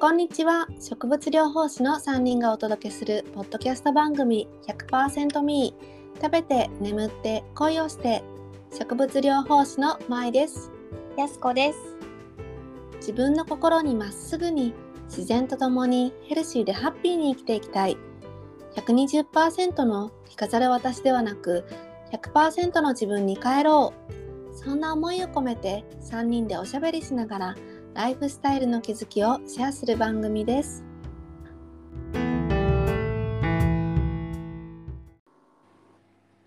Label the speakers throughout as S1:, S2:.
S1: こんにちは植物療法士の3人がお届けするポッドキャスト番組100%ミー食べて眠って恋をして植物療法士のまいです
S2: やすこです
S1: 自分の心にまっすぐに自然とともにヘルシーでハッピーに生きていきたい120%の着飾る私ではなく100%の自分に帰ろうそんな思いを込めて3人でおしゃべりしながらライフスタイルの気づきをシェアする番組です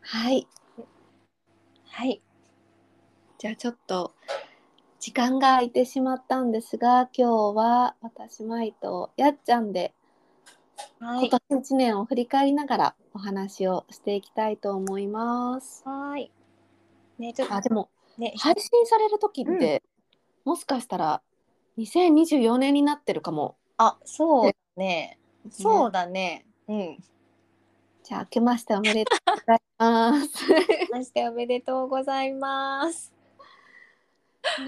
S1: はい
S2: はい
S1: じゃあちょっと時間が空いてしまったんですが今日は私舞とやっちゃんで
S2: は
S1: 今
S2: い
S1: 年1年を振り返りながらお話をしていきたいと思います。
S2: はーいねちょっと
S1: あでも
S2: ね
S1: 配信される時って、もしかしたら2024年になってるかも。
S2: あそうだねそうだねうん
S1: じゃあ明けましておめでとうございます。
S2: ましておめでとうございます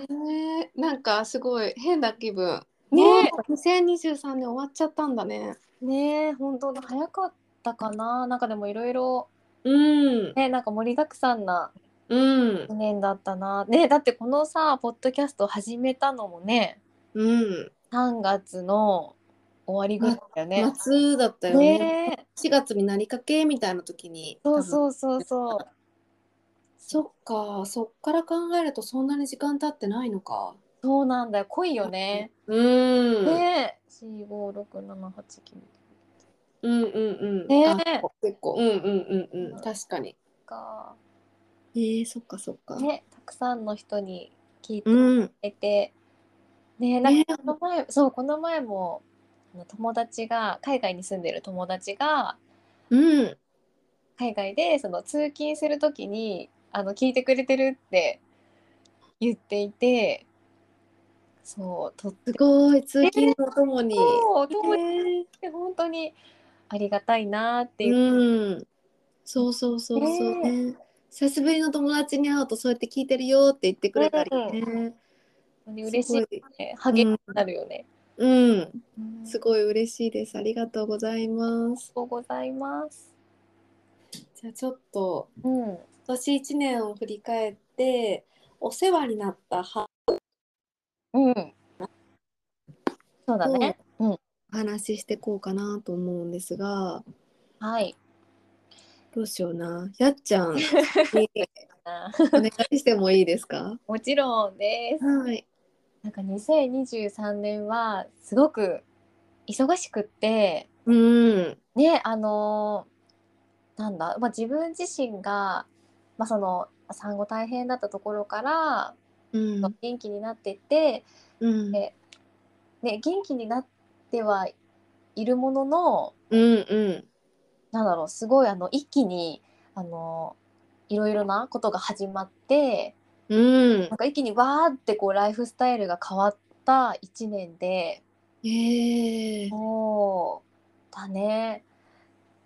S1: ねえなんかすごい変な気分。
S2: ねえ
S1: ね2023年終わっちゃったんだね。
S2: ねえ本当だ早かったかななんかでもいろいろ
S1: うん
S2: ねなんか盛りだくさんな
S1: うん
S2: 一年だったなねだってこのさポッドキャスト始めたのもね
S1: うん。
S2: 3月の終わりぐらいだよね
S1: 夏だったよね。
S2: ねえ
S1: 4月になりかけみたいな時に。
S2: そう
S1: う。
S2: そうそうそう
S1: そっか、そっから考えるとそんなに時間経ってないのか。
S2: そうなんだよ濃いよね
S1: うーん。
S2: ねえ四五六七八九
S1: うんうんうん。
S2: ね
S1: あ結構、うんうんうんうん。確かに。
S2: か
S1: えー、そっかそっか。
S2: ねたくさんの人に聞いてく
S1: うん。
S2: れて、ねえなんかこの前、そうこの前もあの友達が海外に住んでる友達が
S1: うん。
S2: 海外でその通勤するときにあの聞いてくれてるって言っていてそうとっ
S1: すごい、通勤のともに。
S2: そう友達
S1: え
S2: って本当にありがたいなって
S1: ー
S2: いう、
S1: うん。そうそうそうそうね。久しぶりの友達に会うとそうやって聞いてるよって言ってくれたりね。
S2: 本当に嬉しい
S1: すごい
S2: ね励みになるよね。
S1: うん。
S2: うん
S1: すごい嬉しいです。ありがとうございます。
S2: ございます。
S1: じゃあちょっと
S2: うん。
S1: 今年1年を振り返ってお世話になった歯
S2: うん。そうだ
S1: を
S2: ね。
S1: お話ししてこうかなと思うんですが
S2: はい。
S1: どうしようなやっちゃんにお願いしてもいいですか
S2: もちろんで す。
S1: はい
S2: なんか2023年はすごく忙しくって、
S1: うん
S2: ね、あのーなんだ、まあ、自分自身が、まあ、その産後大変だったところから
S1: うん
S2: 元気になってって、
S1: うん
S2: ねね、元気になってはいるものの、
S1: うんうん
S2: なんだろうすごいあの一気にあのいろいろなことが始まって
S1: うん
S2: なんか一気にわーってこうライフスタイルが変わった1年で
S1: ええ
S2: そうだね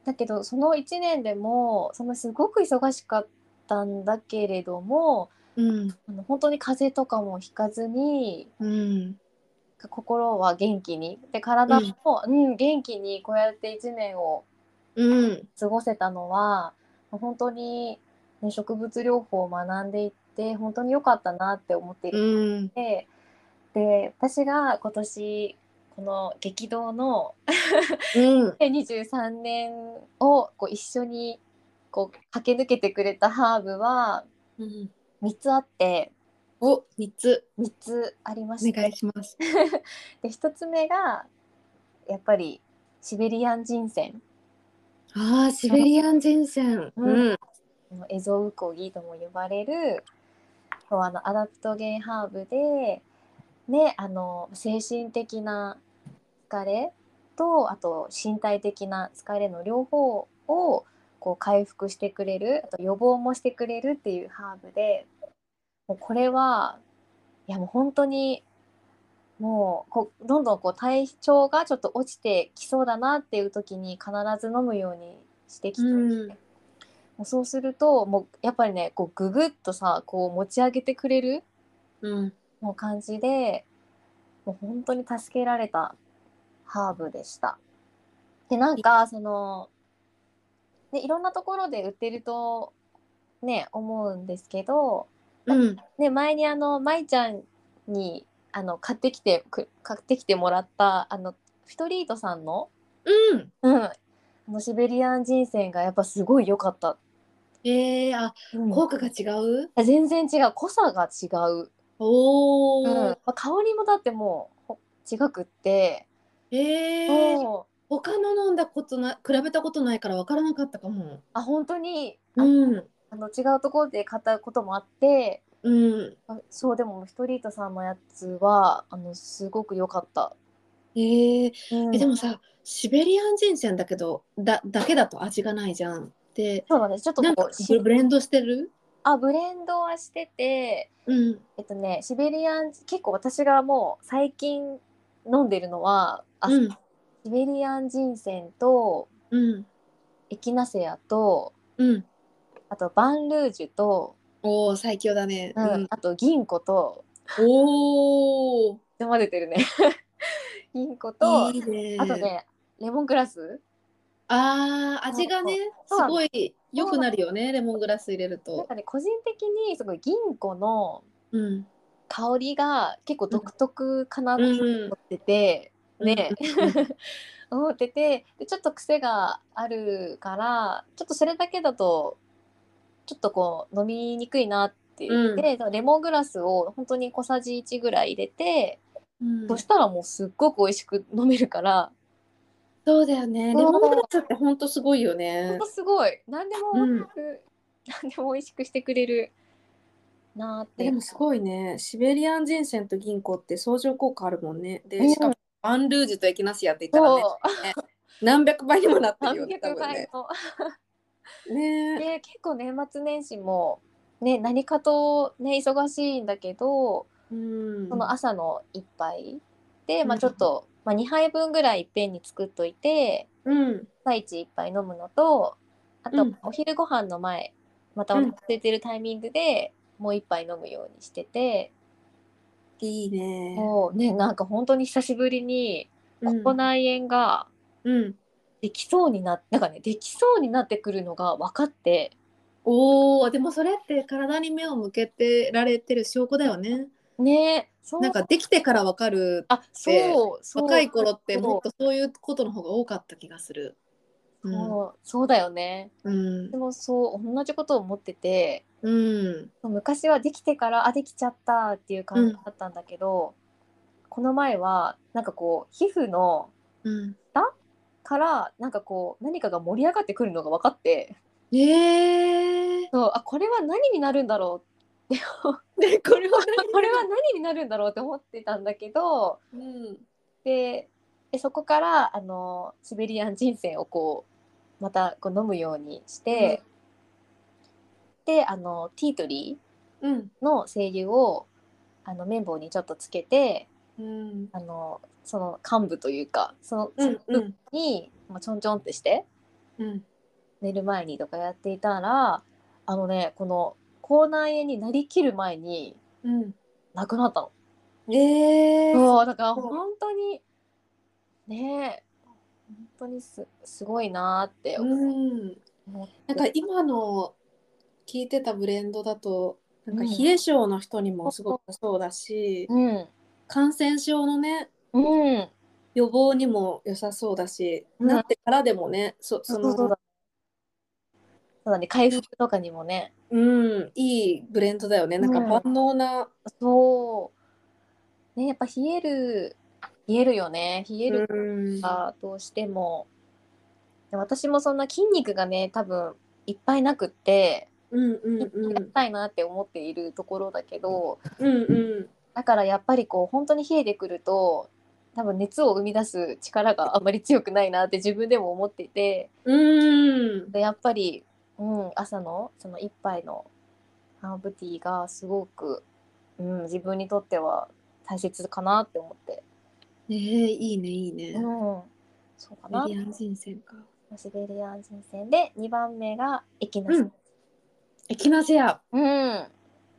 S2: だけどその1年でもそのすごく忙しかったんだけれども
S1: うん
S2: あの本当に風邪とかもひかずに
S1: うん
S2: 心は元気にで体も、うん元気にこうやって1年を
S1: うん
S2: 過ごせたのは本当に、ね、植物療法を学んでいって本当に良かったなって思っていて、
S1: うん
S2: で私が今年この激動の
S1: うん
S2: 23年をこう一緒にこう駆け抜けてくれたハーブは
S1: うん
S2: 3つあって
S1: お三つ
S2: 3つありま
S1: お
S2: し
S1: 願い
S2: て
S1: します
S2: で1つ目がやっぱりシベリアン人選
S1: あーシベリアン人選
S2: うんエゾウコギとも呼ばれるそうあのアダプトゲンハーブで、ね、あの精神的な疲れとあと身体的な疲れの両方をこう回復してくれるあと予防もしてくれるっていうハーブでもうこれはいやもう本当にもうこうどんどんこう体調がちょっと落ちてきそうだなっていう時に必ず飲むようにしてきて。
S1: うん
S2: もうそうするともうやっぱりねこうググッとさこう持ち上げてくれる
S1: うん
S2: もう感じでもう本当に助けられたハーブでした。でなんかそのでいろんなところで売ってるとね思うんですけど、
S1: うん。
S2: ね、前にあの舞ちゃんにあの買ってきてく買ってきてもらったあのフィトリートさんの,、
S1: うん。
S2: うん、あのシベリアン人選がやっぱすごい良かった。
S1: えー、あ、
S2: うん
S1: 効果が違う
S2: 全然違う濃さが違う、
S1: お
S2: うん
S1: ー
S2: ま。あ香りもだってもうほ違くって、
S1: えー、
S2: そう
S1: 他の飲んだことな、比べたことないから分からなかったかも。
S2: あ本当に、あ
S1: うん。
S2: あの違うところで買ったこともあって
S1: うん。
S2: あそうでもストリートさんのやつはあのすごく良かった、
S1: えー、
S2: うん
S1: えでもさ、シベリアン人選だけど、だ、だけだと味がないじゃん。で、
S2: そうなんですちょっと
S1: なん
S2: こ
S1: か
S2: う
S1: ブ
S2: し
S1: ブレンドしてる
S2: あブレンドはしてて
S1: うん。
S2: えっとねシベリアン結構私がもう最近飲んでるのはあ、
S1: うん
S2: シ。ベリアン人選と
S1: うん。
S2: エキナセアと
S1: うん。
S2: あとバンルージュと、
S1: おお、最強だね。
S2: うんあと銀子と
S1: おお。
S2: 混ぜてるね 銀子と、
S1: いいね。
S2: あと。ねレモングラス
S1: ああ、味がね、す
S2: そう
S1: ごい良くなるよね。レモングラス入れる
S2: なん
S1: と
S2: か。ね個人的にすごい銀子の
S1: うん。
S2: 香りが結構独特かなと
S1: うん
S2: 思ってて、ね、
S1: うん
S2: 思っててでちょっと癖があるからちょっとそれだけだとちょっとこう飲みにくいなって言って、そのレモングラスを本当に小さじ1ぐらい入れて、
S1: うん
S2: そしたらもうすっごく美味しく飲めるから、
S1: そうだよね。レ
S2: そう
S1: モングラスって本当すごいよね
S2: 本当。すごい何でも
S1: う
S2: 美
S1: ん
S2: 味しく、何でも美味しくしてくれるなーって
S1: でもすごいね。シベリアン人選と銀行って相乗効果あるもんね。
S2: う
S1: で、
S2: ん
S1: しかもアンルージュとエキナシアって言ったらね、
S2: そう
S1: 何百倍にもなってるよ
S2: 何
S1: ね。
S2: 百
S1: 多分
S2: 倍
S1: ね
S2: も。
S1: ね
S2: で結構年末年始も、ね、何かと、ね、忙しいんだけど
S1: うん
S2: その朝の一杯で、ま
S1: う
S2: あ、
S1: ん
S2: ちょっと、まあ、2杯分ぐらいいっぺんに作っといて
S1: うん。
S2: 朝一一杯飲むのとあ
S1: う
S2: と
S1: ん
S2: お昼ご飯の前またお腹空いてるタイミングで、もう一杯飲むようにしてて、
S1: いいね。
S2: もうねなんか本当に久しぶりに
S1: うん
S2: 口内炎が
S1: うん。
S2: できそうになっなんかねできそうになってくるのが分かって。
S1: おお、でもそれって体に目を向けてられてる証拠だよね。
S2: ね、そう
S1: なんかできてからわかる。
S2: あそうそう
S1: 若い頃って
S2: そう
S1: もっとそういうことの方が多かった気がする。うん。
S2: そうそうだよね
S1: うん
S2: で。もそう同じことを思ってて
S1: うん。
S2: 昔はできてからあできちゃったっていう感じだったんだけど、この前はなんかこう皮膚の
S1: うん。
S2: からなんかこう何かが盛り上がってくるのが分かって
S1: ええ
S2: そうあこれは何になるんだろ
S1: で、これは
S2: うこれは何になるんだろうって思ってたんだけど
S1: 何。うん。
S2: ででそこからあのシベリアン人選をこうまたこう飲むようにして、であのティートリー
S1: うん。
S2: の精油をあの綿棒にちょっとつけて
S1: うん。
S2: あのその幹部というかその
S1: う
S2: その
S1: ん。うん。
S2: 部に、まあ、ちょんちょんってして
S1: うん。
S2: 寝る前にとかやっていたらあのねこの口内炎になりきる前に
S1: うん。
S2: なくなったの。
S1: ええ
S2: そうだから本当にねえ本当にすすごいなーって思
S1: うん。
S2: って。
S1: なんか今の聞いてたブレンドだとなんか
S2: うん
S1: 冷え性の人にもすごくそうだし、
S2: うん
S1: 感染症のね
S2: うん、
S1: 予防にも良さそうだし、
S2: うん
S1: なってからでもねそその
S2: そうだそうだね回復とかにもね
S1: うんいいブレンドだよねなんか
S2: うん
S1: 万能な、
S2: そう。ね、やっぱ冷える、冷えるよね。冷える
S1: うん
S2: がどうしても。で私もそんな筋肉がね、多分いっぱいなくって、
S1: うんうん
S2: 鍛
S1: うん
S2: えたいなって思っているところだけど、
S1: うんうん
S2: だからやっぱりこう、本当に冷えてくると、多分熱を生み出す力があまり強くないなって自分でも思っていて、
S1: うん
S2: でやっぱり、うん、朝のその一杯のハーブティーがすごく、うん、自分にとっては大切かなって思って、
S1: ねえいいねいいね、
S2: うん、そうかな
S1: メディアン人選か
S2: シベリアン人選で2番目がエキナス、
S1: エキナセア
S2: うん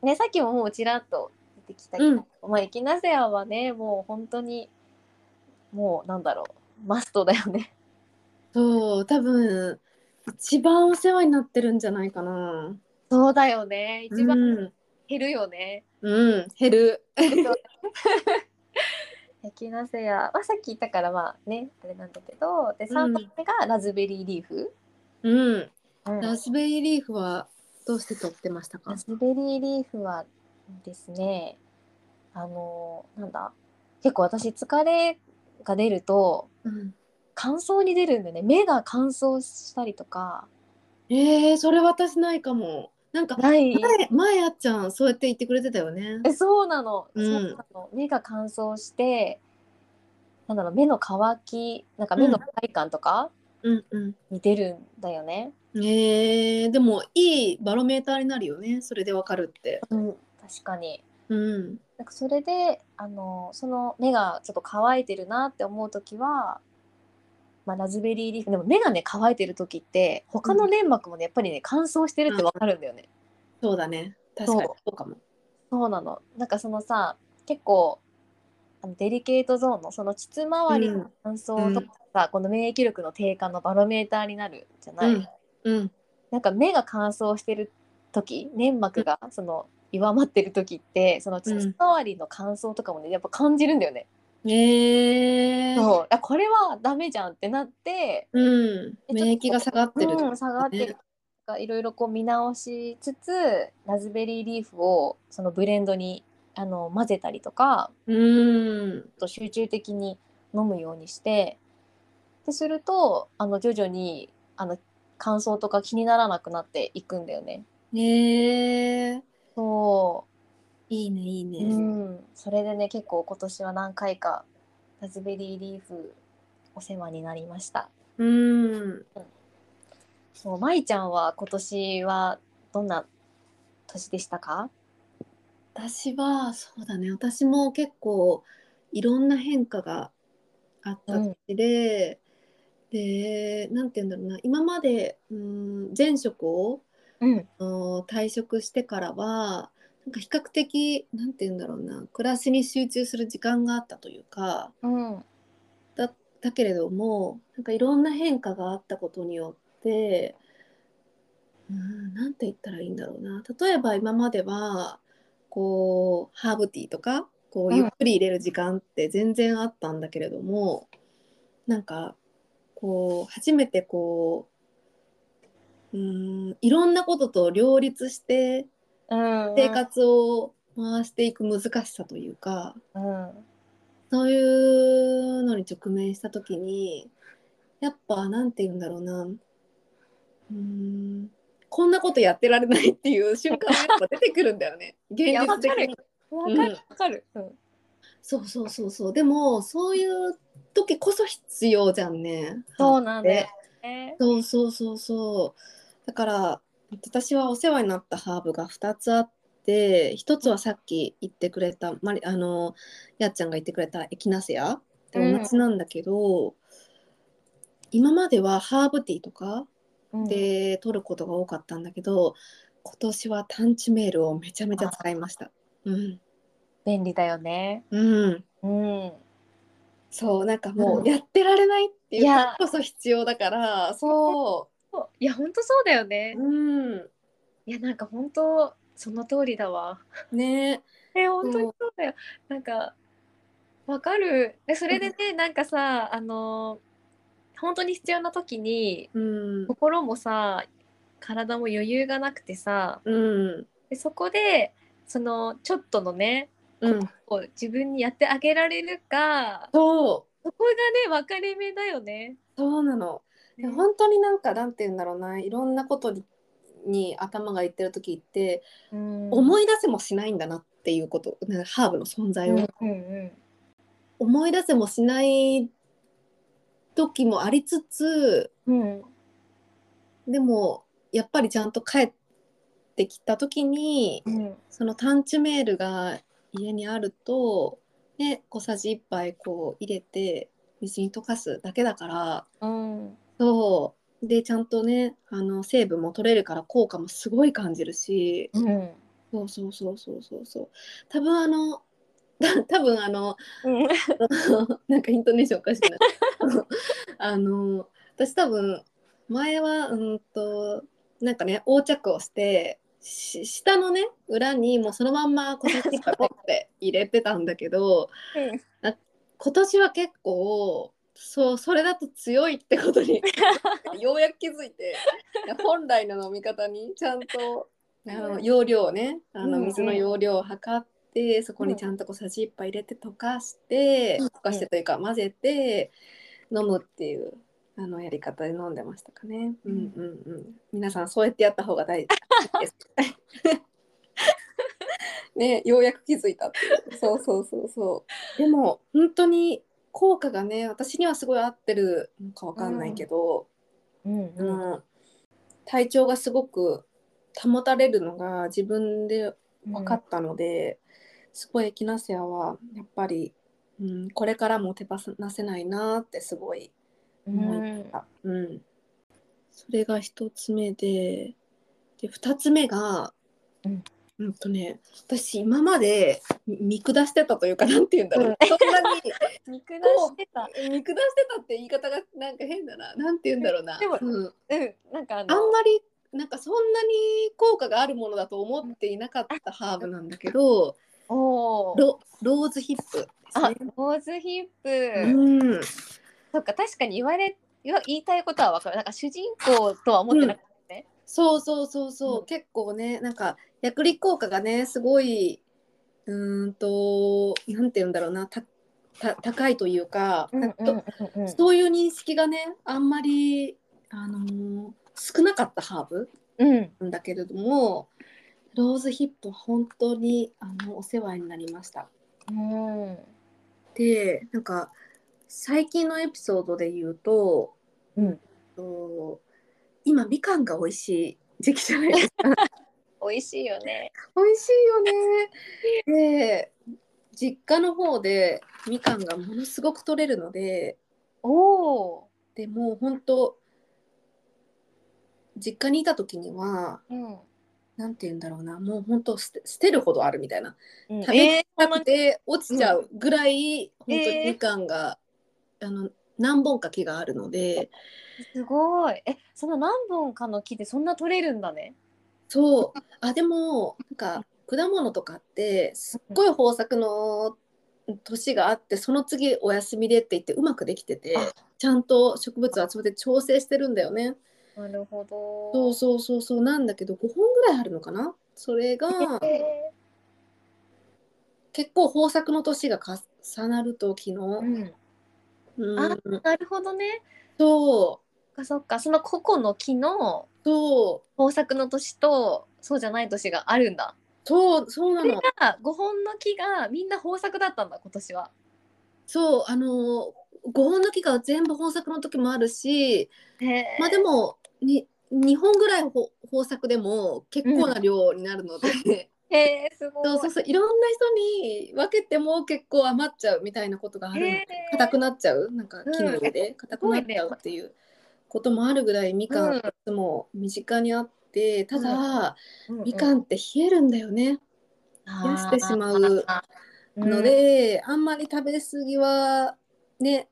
S2: ね、さっきももうちらっと出てきたけど、まあ、エキナセアはねもう本当にもうなんだろうマストだよね。
S1: そう多分一番お世話になってるんじゃないかな
S2: そうだよね。一
S1: う
S2: 番
S1: ん、
S2: 減るよね。
S1: うん、減る
S2: 焼きナセや、まあ、さっき言ったからまあねあれなんだけどで
S1: うん
S2: 3番目がラズベリーリーフ、
S1: うん
S2: うん
S1: ラズベリーリーフはどうして取ってましたか
S2: ラズベリーリーフはですねあのなんだ結構私疲れが出ると
S1: うん
S2: 乾燥に出るんだよね目が乾燥したりとか
S1: えー、それ私ないかもなんか
S2: ない
S1: 前前あっちゃんそうやって言ってくれてたよね
S2: えそうなの,、
S1: うん
S2: そうなの目が乾燥してなんだろう目の乾きなんか目の快感とか
S1: うんうん
S2: に出るんだよね、
S1: えー、でもいいバロメーターになるよねそれでわかるって
S2: うん、確かに
S1: うん
S2: なんかそれであのその目がちょっと乾いてるなって思う時は、まあ、ラズベリーリーフでも目がね乾いてる時って他の粘膜もねやっぱりね乾燥してるってわかるんだよね。
S1: そうだね確かに
S2: そ
S1: そううかも
S2: そうなのなんかそのさ結構あのデリケートゾーンのその膣周りの乾燥とかさ、この免疫力の低下のバロメーターになるじゃない、
S1: うんうん
S2: なんか目が乾燥してる時粘膜がその弱まってる時ってその膣周りの乾燥とかもねやっぱ感じるんだよね。
S1: えー、
S2: そうあこれはダメじゃんってなって
S1: うん、免疫が下がってる、
S2: うん、下がってるとかいろいろこう見直しつつラズベリーリーフをそのブレンドにあの混ぜたりとか
S1: うん
S2: ちょっと集中的に飲むようにしてでするとあの徐々にあの乾燥とか気にならなくなっていくんだよね。
S1: えー、
S2: そ、
S1: いいねいいうね、
S2: うん、それでね結構今年は何回かラズベリーリーフお世話になりました。
S1: うん、
S2: そう、まいちゃんは今年はどんな年でしたか？
S1: 私はそうだね私も結構いろんな変化があった年で、でなんて言うんだろうな今までうん前職を
S2: うん、
S1: あの退職してからはなんか比較的なんて言うんだろうな暮らしに集中する時間があったというか
S2: うん、
S1: だだけれどもなんかいろんな変化があったことによってうんなんて言ったらいいんだろうな例えば今まではこうハーブティーとかこ
S2: う
S1: うんゆっくり入れる時間って全然あったんだけれども、なんかこう初めてこううんいろんなことと両立して
S2: うん、
S1: 生活を回していく難しさというか。
S2: うん、
S1: そういうのに直面した時にやっぱなんて言うんだろうなうーんこんなことやってられないっていう瞬間がやっぱ出てくるんだよ ね現
S2: や
S1: 実的
S2: わ
S1: に。
S2: わ
S1: うん
S2: かる、わかる、うん、
S1: そうそうそうそうでもそういう時こそ必要じゃんね。
S2: そうなんだよね。
S1: そうそうそうそうだから私はお世話になったハーブが2つあって1つはさっき言ってくれたマリあのやっちゃんが言ってくれたエキナセアって
S2: うん
S1: 同じなんだけど、今まではハーブティーとか
S2: うん、
S1: で取ることが多かったんだけど、今年は探知メールをめちゃめちゃ使いました。うん、
S2: 便利だよね。
S1: うん
S2: うん、
S1: そうなんかも
S2: うん
S1: うやってられないっていう
S2: いや
S1: ことこそ必要だからそ
S2: いや本当そうだよ
S1: う、
S2: ね。
S1: うん、
S2: いやなんか本当その通りだわ。
S1: ね
S2: え本当にそうだよ。なんかわかる。でそれでねなんかさあの本当に必要な時に
S1: うん
S2: 心もさ体も余裕がなくてさ
S1: うん
S2: でそこでそのちょっとのね
S1: うん、
S2: こう自分にやってあげられるか
S1: そう
S2: そこがね分かれ目だよね。
S1: そうなの、で本当になんかなんて言うんだろうないろんなことにに頭がいってる時って、
S2: うん
S1: 思い出せもしないんだなっていうことなんかハーブの存在を、
S2: うんうん
S1: 思い出せもしない時もありつつ
S2: うんうん
S1: でもやっぱりちゃんと帰ってきた時に
S2: うん
S1: その探知メールが家にあると、ね、小さじ1杯こう入れて水に溶かすだけだから
S2: うん
S1: そうでちゃんとねあの成分も取れるから効果もすごい感じるし
S2: うん
S1: そうそうそうそうそうそう多 分あの多分あのなんかイントネーションおかしくなっ あの私多分前はうんとなんかね横着をしてし下のね裏にもうそのまんまコスメティックをポッて入れてたんだけど今年は結構そうそれだと強いってこと にようやく気づいていや本来の飲み方にちゃんとあの容量をねあの
S2: うん
S1: 水の容量を測ってそこにちゃんとこうさじ1杯入れて溶かして
S2: うん
S1: 溶かしてというか混ぜて飲むっていうあのやり方で飲んでましたかね。うんうんうん、皆さんそうやってやった方が大事 です。ねようやく気づいたっていうそうそうそうそうでも本当に効果がね私にはすごい合ってるのかわかんないけど、
S2: うん
S1: あの体調がすごく保たれるのが自分で分かったので、すごいエキナセアはやっぱり、うん、これからも手放せないなってすごい思いました。うん、それが一つ目でで二つ目が、
S2: うん
S1: うんとね、私今までみ見下してたというかなんて言うんだろう、
S2: うん
S1: そんなに
S2: 見下してた。
S1: 見下してたって言い方がなんか変だななんて言うんだろうな。
S2: でも
S1: うん
S2: うん、なんかあの
S1: あんまりなんかそんなに効果があるものだと思っていなかったハーブなんだけど
S2: おー
S1: ロローズヒップです
S2: あ
S1: ね。
S2: ローズヒップ、
S1: うん、
S2: そっか確かに言われ言わ言いたいことはわかるなんか主人公とは思ってなかったね、
S1: そうそうそうそう、
S2: うん
S1: 結構ねなんか薬理効果がねすごいうーんとなんて言うんだろうなたた高いというか、
S2: うんうんうん
S1: と
S2: うん
S1: そういう認識がねあんまり、あのー少なかったハーブ
S2: うん
S1: なんだけれどもローズヒップは本当にあのお世話になりました。
S2: うん
S1: でなんか最近のエピソードで言うと,、
S2: うん
S1: と今みかんが美味しい時期じゃないですか
S2: 美味しいよね
S1: 美味しいよねで実家の方でみかんがものすごく取れるので
S2: おお
S1: でもう本当実家にいた時には
S2: うん、
S1: なんて言うんだろうなもう本当捨て捨てるほどあるみたいな
S2: うん、
S1: 食べ
S2: え
S1: なくて落ちちゃうぐらい、本当にみかんが、あの何本か木があるので。
S2: ーすごいえその何本かの木でそんな取れるんだね
S1: そうあでもなんか果物とかってすっごい豊作の年があってその次お休みでって言ってうまくできてて
S2: あ
S1: ちゃんと植物はそれで調整してるんだよね。
S2: なるほど
S1: そうそうそうそうなんだけど5本ぐらいあるのかなそれが
S2: え
S1: 結構豊作の年が重なると昨日、
S2: ーうん、
S1: う
S2: あ
S1: ん、
S2: なるほどね
S1: そ
S2: そっかそっかその個々の木の
S1: うそう
S2: 豊作の年とそうじゃない年があるんだ
S1: そうそうな
S2: それ
S1: の
S2: が5本の木がみんな豊作だったんだ今年は。
S1: そうあの5本の木が全部豊作の時もあるしまあでもに2本ぐらいほ豊作でも結構な量になるので、
S2: へえすごい。
S1: そうそうそういろんな人に分けても結構余っちゃうみたいなことがあるの
S2: へ
S1: で
S2: ー
S1: 硬くなっちゃうなんか木の上で硬くなっちゃうっていうこともあるぐらいみか
S2: うん
S1: んいつも身近にあってただ、
S2: うんうん
S1: みかんって冷えるんだよね冷やしてしまう
S2: あー
S1: ので、あんまり食べ過ぎはね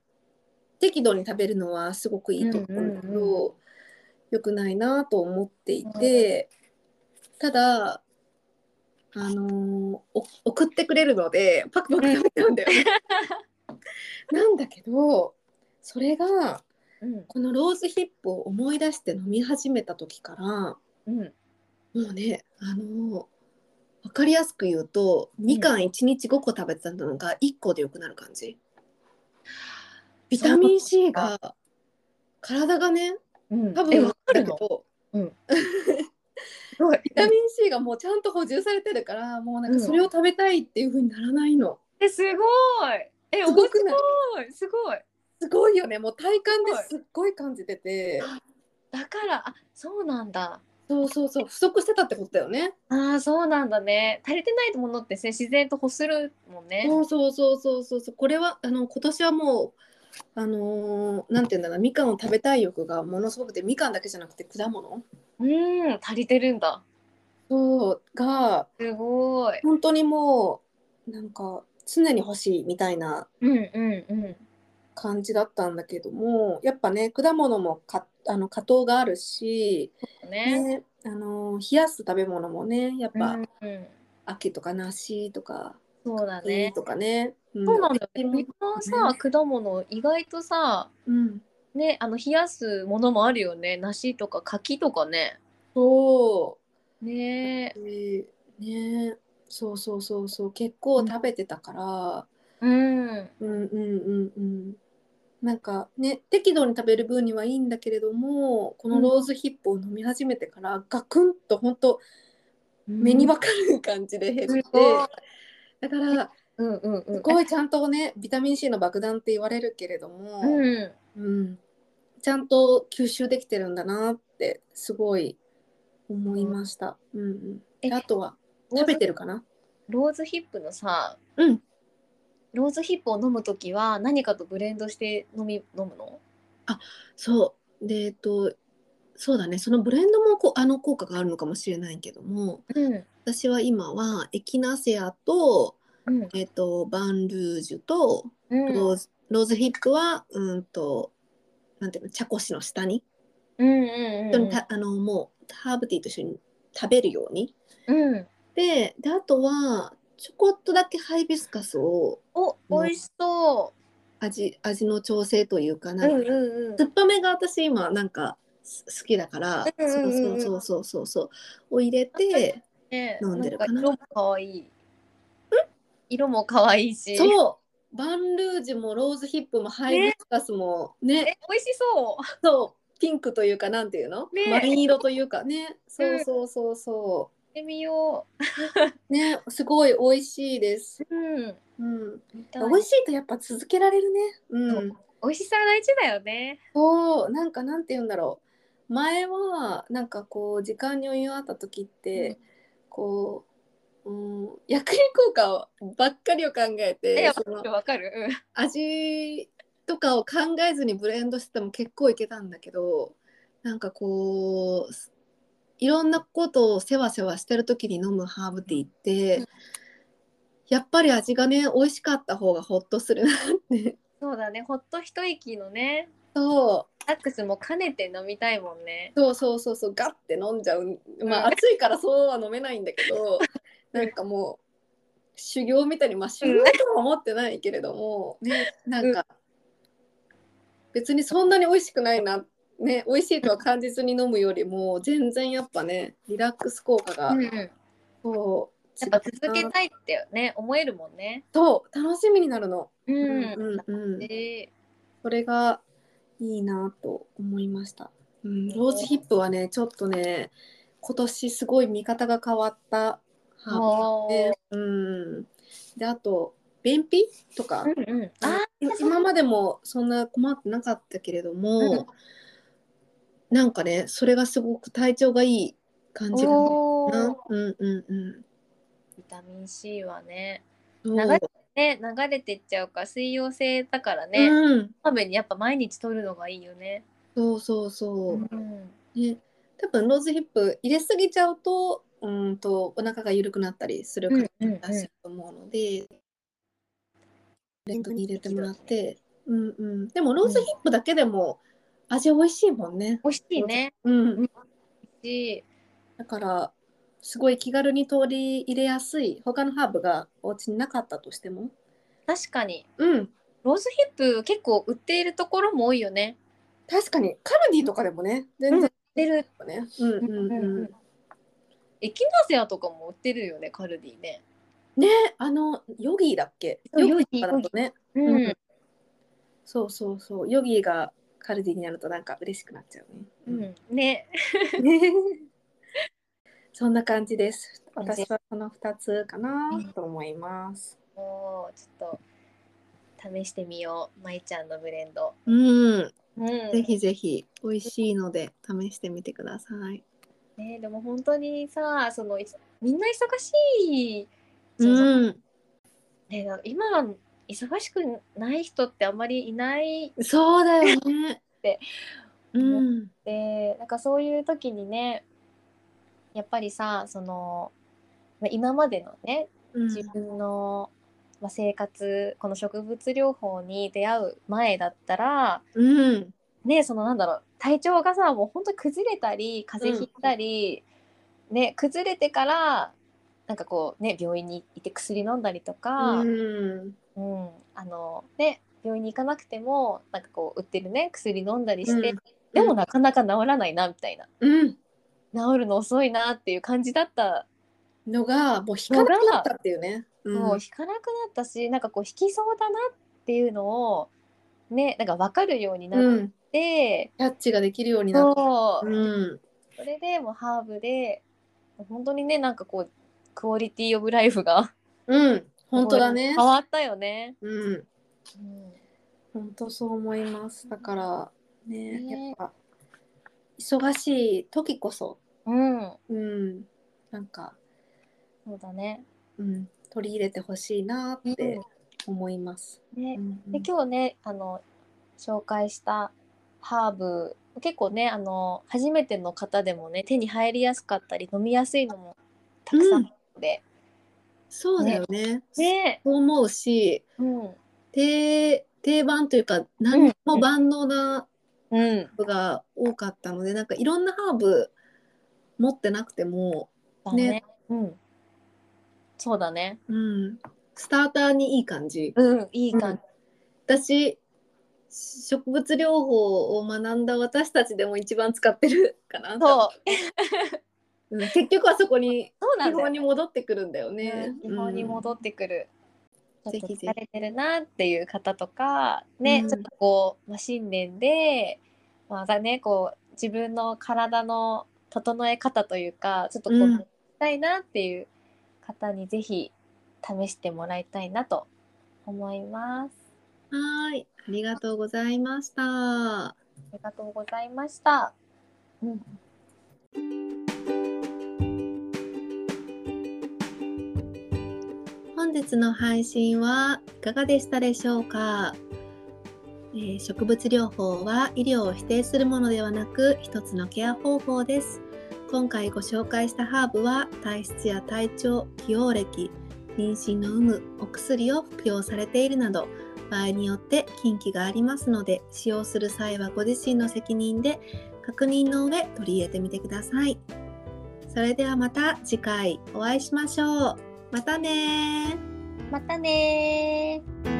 S1: 適度に食べるのはすごくいいと思うんだけど、
S2: うんうん
S1: 良くないなと思っていて、ただあのーお送ってくれるのでパクパク食べちゃうんだよね。 なんだけどそれが
S2: うん
S1: このローズヒップを思い出して飲み始めた時からも
S2: うん
S1: うねあのー分かりやすく言うとみかん1日5個食べてたのが1個で良くなる感じ。ビタミン C が体がね
S2: うん
S1: 多
S2: え
S1: 分わ
S2: わ
S1: か
S2: か
S1: る
S2: る
S1: け
S2: の
S1: ど
S2: すごい
S1: ビタミン C がもうちゃんと補充されてるからもうなんかそれを食べたいっていう風にならないの、
S2: えすごいえ
S1: す
S2: す
S1: ご
S2: ご
S1: く
S2: く
S1: ない
S2: ないすごい
S1: すごいよねもう体感ですっごい感じてて
S2: だからあそうなんだ
S1: そうそうそう不足してたってことだよね
S2: あーそうなんだね足りてないものってね自然と欲するもんね
S1: そうそうそうそうそうそうこれはあの今年はもうあのーなんていうんだろうなみかんを食べたい欲がものすごくてみかんだけじゃなくて果物
S2: うん足りてるんだ
S1: そうが
S2: すごい
S1: 本当にもうなんか常に欲しいみたいな
S2: うんうんうん
S1: 感じだったんだけどもやっぱね果物もかあの果糖があるし、
S2: ね。
S1: ねあの冷やす食べ物もねやっぱ、
S2: うんうん
S1: 秋とか梨とか
S2: そうだ
S1: 栗
S2: ね。
S1: とかね。うん
S2: そうなんだよ。
S1: う
S2: 日本さ、果物意外とさ、
S1: うん、
S2: ね、あの冷やすものもあるよね。梨とか柿とかね。
S1: そう
S2: ね
S1: えーねそうそうそうそう結構食べてたから、
S2: うん。
S1: うん、うんうんうんなんかね適度に食べる分にはいいんだけれどもこのローズヒップを飲み始めてから、ガクンとほんと目にわかる感じで減って、
S2: すごい
S1: だから
S2: うんうんうん。
S1: すごいちゃんとねビタミン C の爆弾って言われるけれども、
S2: うん。
S1: うんちゃんと吸収できてるんだなってすごい思いました。うんうん
S2: え
S1: であとは食べてるかな
S2: ローズヒップのさ、
S1: うん。
S2: ローズヒップを飲むときは何かとブレンドして飲み飲むの？
S1: そう。で、えっと、そうだね。そのブレンドもこうあの効果があるのかもしれないけども、
S2: うん。
S1: 私は今はエキナセアと、
S2: うん。
S1: えっと、バンルージュとロ
S2: う
S1: ーズ、ローズヒップは、うんと、なんていうの、茶こしの下に、
S2: んう
S1: 本
S2: ん
S1: 当にたあの、もうハーブティーと一緒に食べるように。
S2: うん。うん。
S1: で、であとは、ちょこっとだけハイビスカスを
S2: お、美味しそ
S1: 味味の調整というか
S2: う。
S1: なんか
S2: ん
S1: 酸っぱめが私今なんかす好きだから、
S2: うんうんうんうん
S1: そうそうそうそうそうを入れて
S2: ね、
S1: 飲んでるかな
S2: なんか色も可愛い。色も可愛いし。う。
S1: そうバンルージュもローズヒップもハイビスカスもね
S2: え、美味しそ
S1: そうピンクというかなんていうの、
S2: ね。
S1: マリン色というかねそううんそうそうそう
S2: 見てみよ
S1: うねすごい美味しいです、
S2: う。うん。
S1: うん、
S2: 見たい
S1: 美味しいとやっぱ続けられるねうん
S2: 美味しさは大事だよね。
S1: そうなんかなんて言うんだろう前はなんかこう時間に余裕あった時って、
S2: うん
S1: こう、うん、薬品効果ばっかりを考え
S2: え、
S1: て
S2: わ
S1: そ
S2: か
S1: の
S2: るわかる。
S1: 味とかを考えずにブレンドしてても結構いけたんだけどなんかこうすいろんなことをせわせわしてる時に飲むハーブティーって、
S2: うん
S1: やっぱり味がね美味しかった方がほっとするなって。
S2: そうだね。ほっと一息のね。
S1: そう
S2: タックスも兼ねて飲みたいもんね。
S1: そうそうそうそうガッて飲んじゃうまあ
S2: うん
S1: 暑いからそうは飲めないんだけどなんかもう修行みたいにまあ修行とは思ってないけれども、ね、なんか別にそんなに美味しくないな、ね、美味しいとは感じずに飲むよりも全然やっぱねリラックス効果が、
S2: やっ
S1: そう
S2: ぱ続け
S1: 違うな
S2: たいってね、思えるもんね。
S1: そう楽しみになるの、
S2: う。
S1: うんうんうん、
S2: で、
S1: それがいいなと思いました、うん、ローズヒップはねちょっとね今年すごい見方が変わったハーブで,、うん、であと便秘とか
S2: うんうん。あ、
S1: 今までもそんな困ってなかったけれども、なんかねそれがすごく体調がいい感じが
S2: お
S1: な
S2: ー。
S1: うんうんうん
S2: ビタミン C はね。
S1: そう
S2: 流れね、流れてっちゃうから水溶性だからね、こ
S1: うん、
S2: まめにやっぱ毎日取るのがいいよね。
S1: そうそうそう、
S2: うん
S1: ね、多分ローズヒップ入れすぎちゃうとうーんとお腹が緩くなったりする
S2: うん
S1: 方
S2: うん
S1: らしいと思うので、ブレンドに入れてもらって、うんうん、でもローズヒップだけでも味美味しいもんね、
S2: 美味しいね。
S1: うん、
S2: 美味しい
S1: だからすごい気軽に取り入れやすい他のハーブがお家になかったとしても、
S2: 確かに。
S1: うん、
S2: ローズヒップ結構売っているところも多いよね。
S1: 確かにカルディとかでもね全然
S2: 売ってる。
S1: ね、うんうんうん
S2: エキナセアとかも売ってるよね、カルディね。
S1: ねあのヨギーだっけ
S2: そう
S1: とかだとね
S2: うん
S1: うんそうそうそう、ヨギーがカルディになるとなんか嬉しくなっちゃうね。
S2: うん、ね。
S1: うん、 そんな感じです。私はこの2つかなと思います。
S2: もうちょっと試してみよう、まいちゃんのブレンド。
S1: うん、
S2: うん、
S1: ぜひぜひ美味しいので試してみてください。
S2: ね、でも本当にさ、そのいみんな忙しい。そうそう
S1: うん、
S2: ね、だ今忙しくない人ってあんまりいない
S1: そうだよ ね。
S2: で
S1: うん、
S2: で、なんかそういう時にね、やっぱりさ、そのまあ今までのね、
S1: うん
S2: 自分のまあ、生活この植物療法に出会う前だったら
S1: うん。
S2: ねそのなんだろう体調がさもう本当に崩れたり風邪ひいたり、ね崩れてからなんかこうね病院に行って薬飲んだりとか、
S1: うん。
S2: うん、あのね病院に行かなくてもなんかこう売ってるね薬飲んだりして、
S1: うん
S2: でもなかなか治らないなみたいな
S1: うん。
S2: 治るの遅いなっていう感じだった、
S1: のが、もう引かなくなったっていうね。うん
S2: もう引かなくなったしなんかこう引きそうだなっていうのをねなんか分かるようにな
S1: う
S2: っ
S1: ん。
S2: て、
S1: キャッチができるようになった。
S2: そう
S1: うん。
S2: それでもうハーブで本当にねなんかこうクオリティオブライフが
S1: うん。本当だね
S2: 変。わったよね。
S1: うん。
S2: うん
S1: 本当そう思います。だからね、
S2: ね
S1: やっぱ忙しい時こそ、
S2: うん、
S1: うん、なんか、
S2: そうだね。
S1: うん、取り入れてほしいなって思います。
S2: ね
S1: うん
S2: で今日ねあの紹介したハーブ結構ねあの初めての方でもね手に入りやすかったり飲みやすいのもたくさんあるので、
S1: そうだよね。
S2: ね
S1: そう思うし、
S2: うん
S1: 定定番というか何も万能な
S2: うん
S1: ハーブが多かったので、なんかいろんなハーブ持ってなくても、
S2: だね
S1: ね
S2: うんそうだね
S1: うん、スターターにいい感じ。
S2: うんいい感
S1: 私植物療法を学んだ私たちでも一番使ってるかな
S2: じ、そう
S1: うん結局はそこに
S2: そうな
S1: 基
S2: んだよ
S1: 本に
S2: ね
S1: 戻ってくるんだよね
S2: うん基本に戻ってくる、
S1: うん
S2: ちょっと
S1: ぜひぜ
S2: 疲れてるなっていう方とかね、
S1: うん
S2: ちょっとこう、まあ、新年でまたねこう自分の体の整え方というかちょっとこう、
S1: うん
S2: したいなっていう方にぜひ試してもらいたいなと思います。
S1: うんはいありがとうございました
S2: ありがとうございました。うん、
S1: 本日の配信はいかがでしたでしょうか、えー植物療法は医療を否定するものではなく一つのケア方法です今回ご紹介したハーブは体質や体調、起用歴、妊娠の有無、お薬を服用されているなど場合によって禁忌がありますので使用する際はご自身の責任で確認の上取り入れてみてくださいそれではまた次回お会いしましょうまたねー
S2: またねー。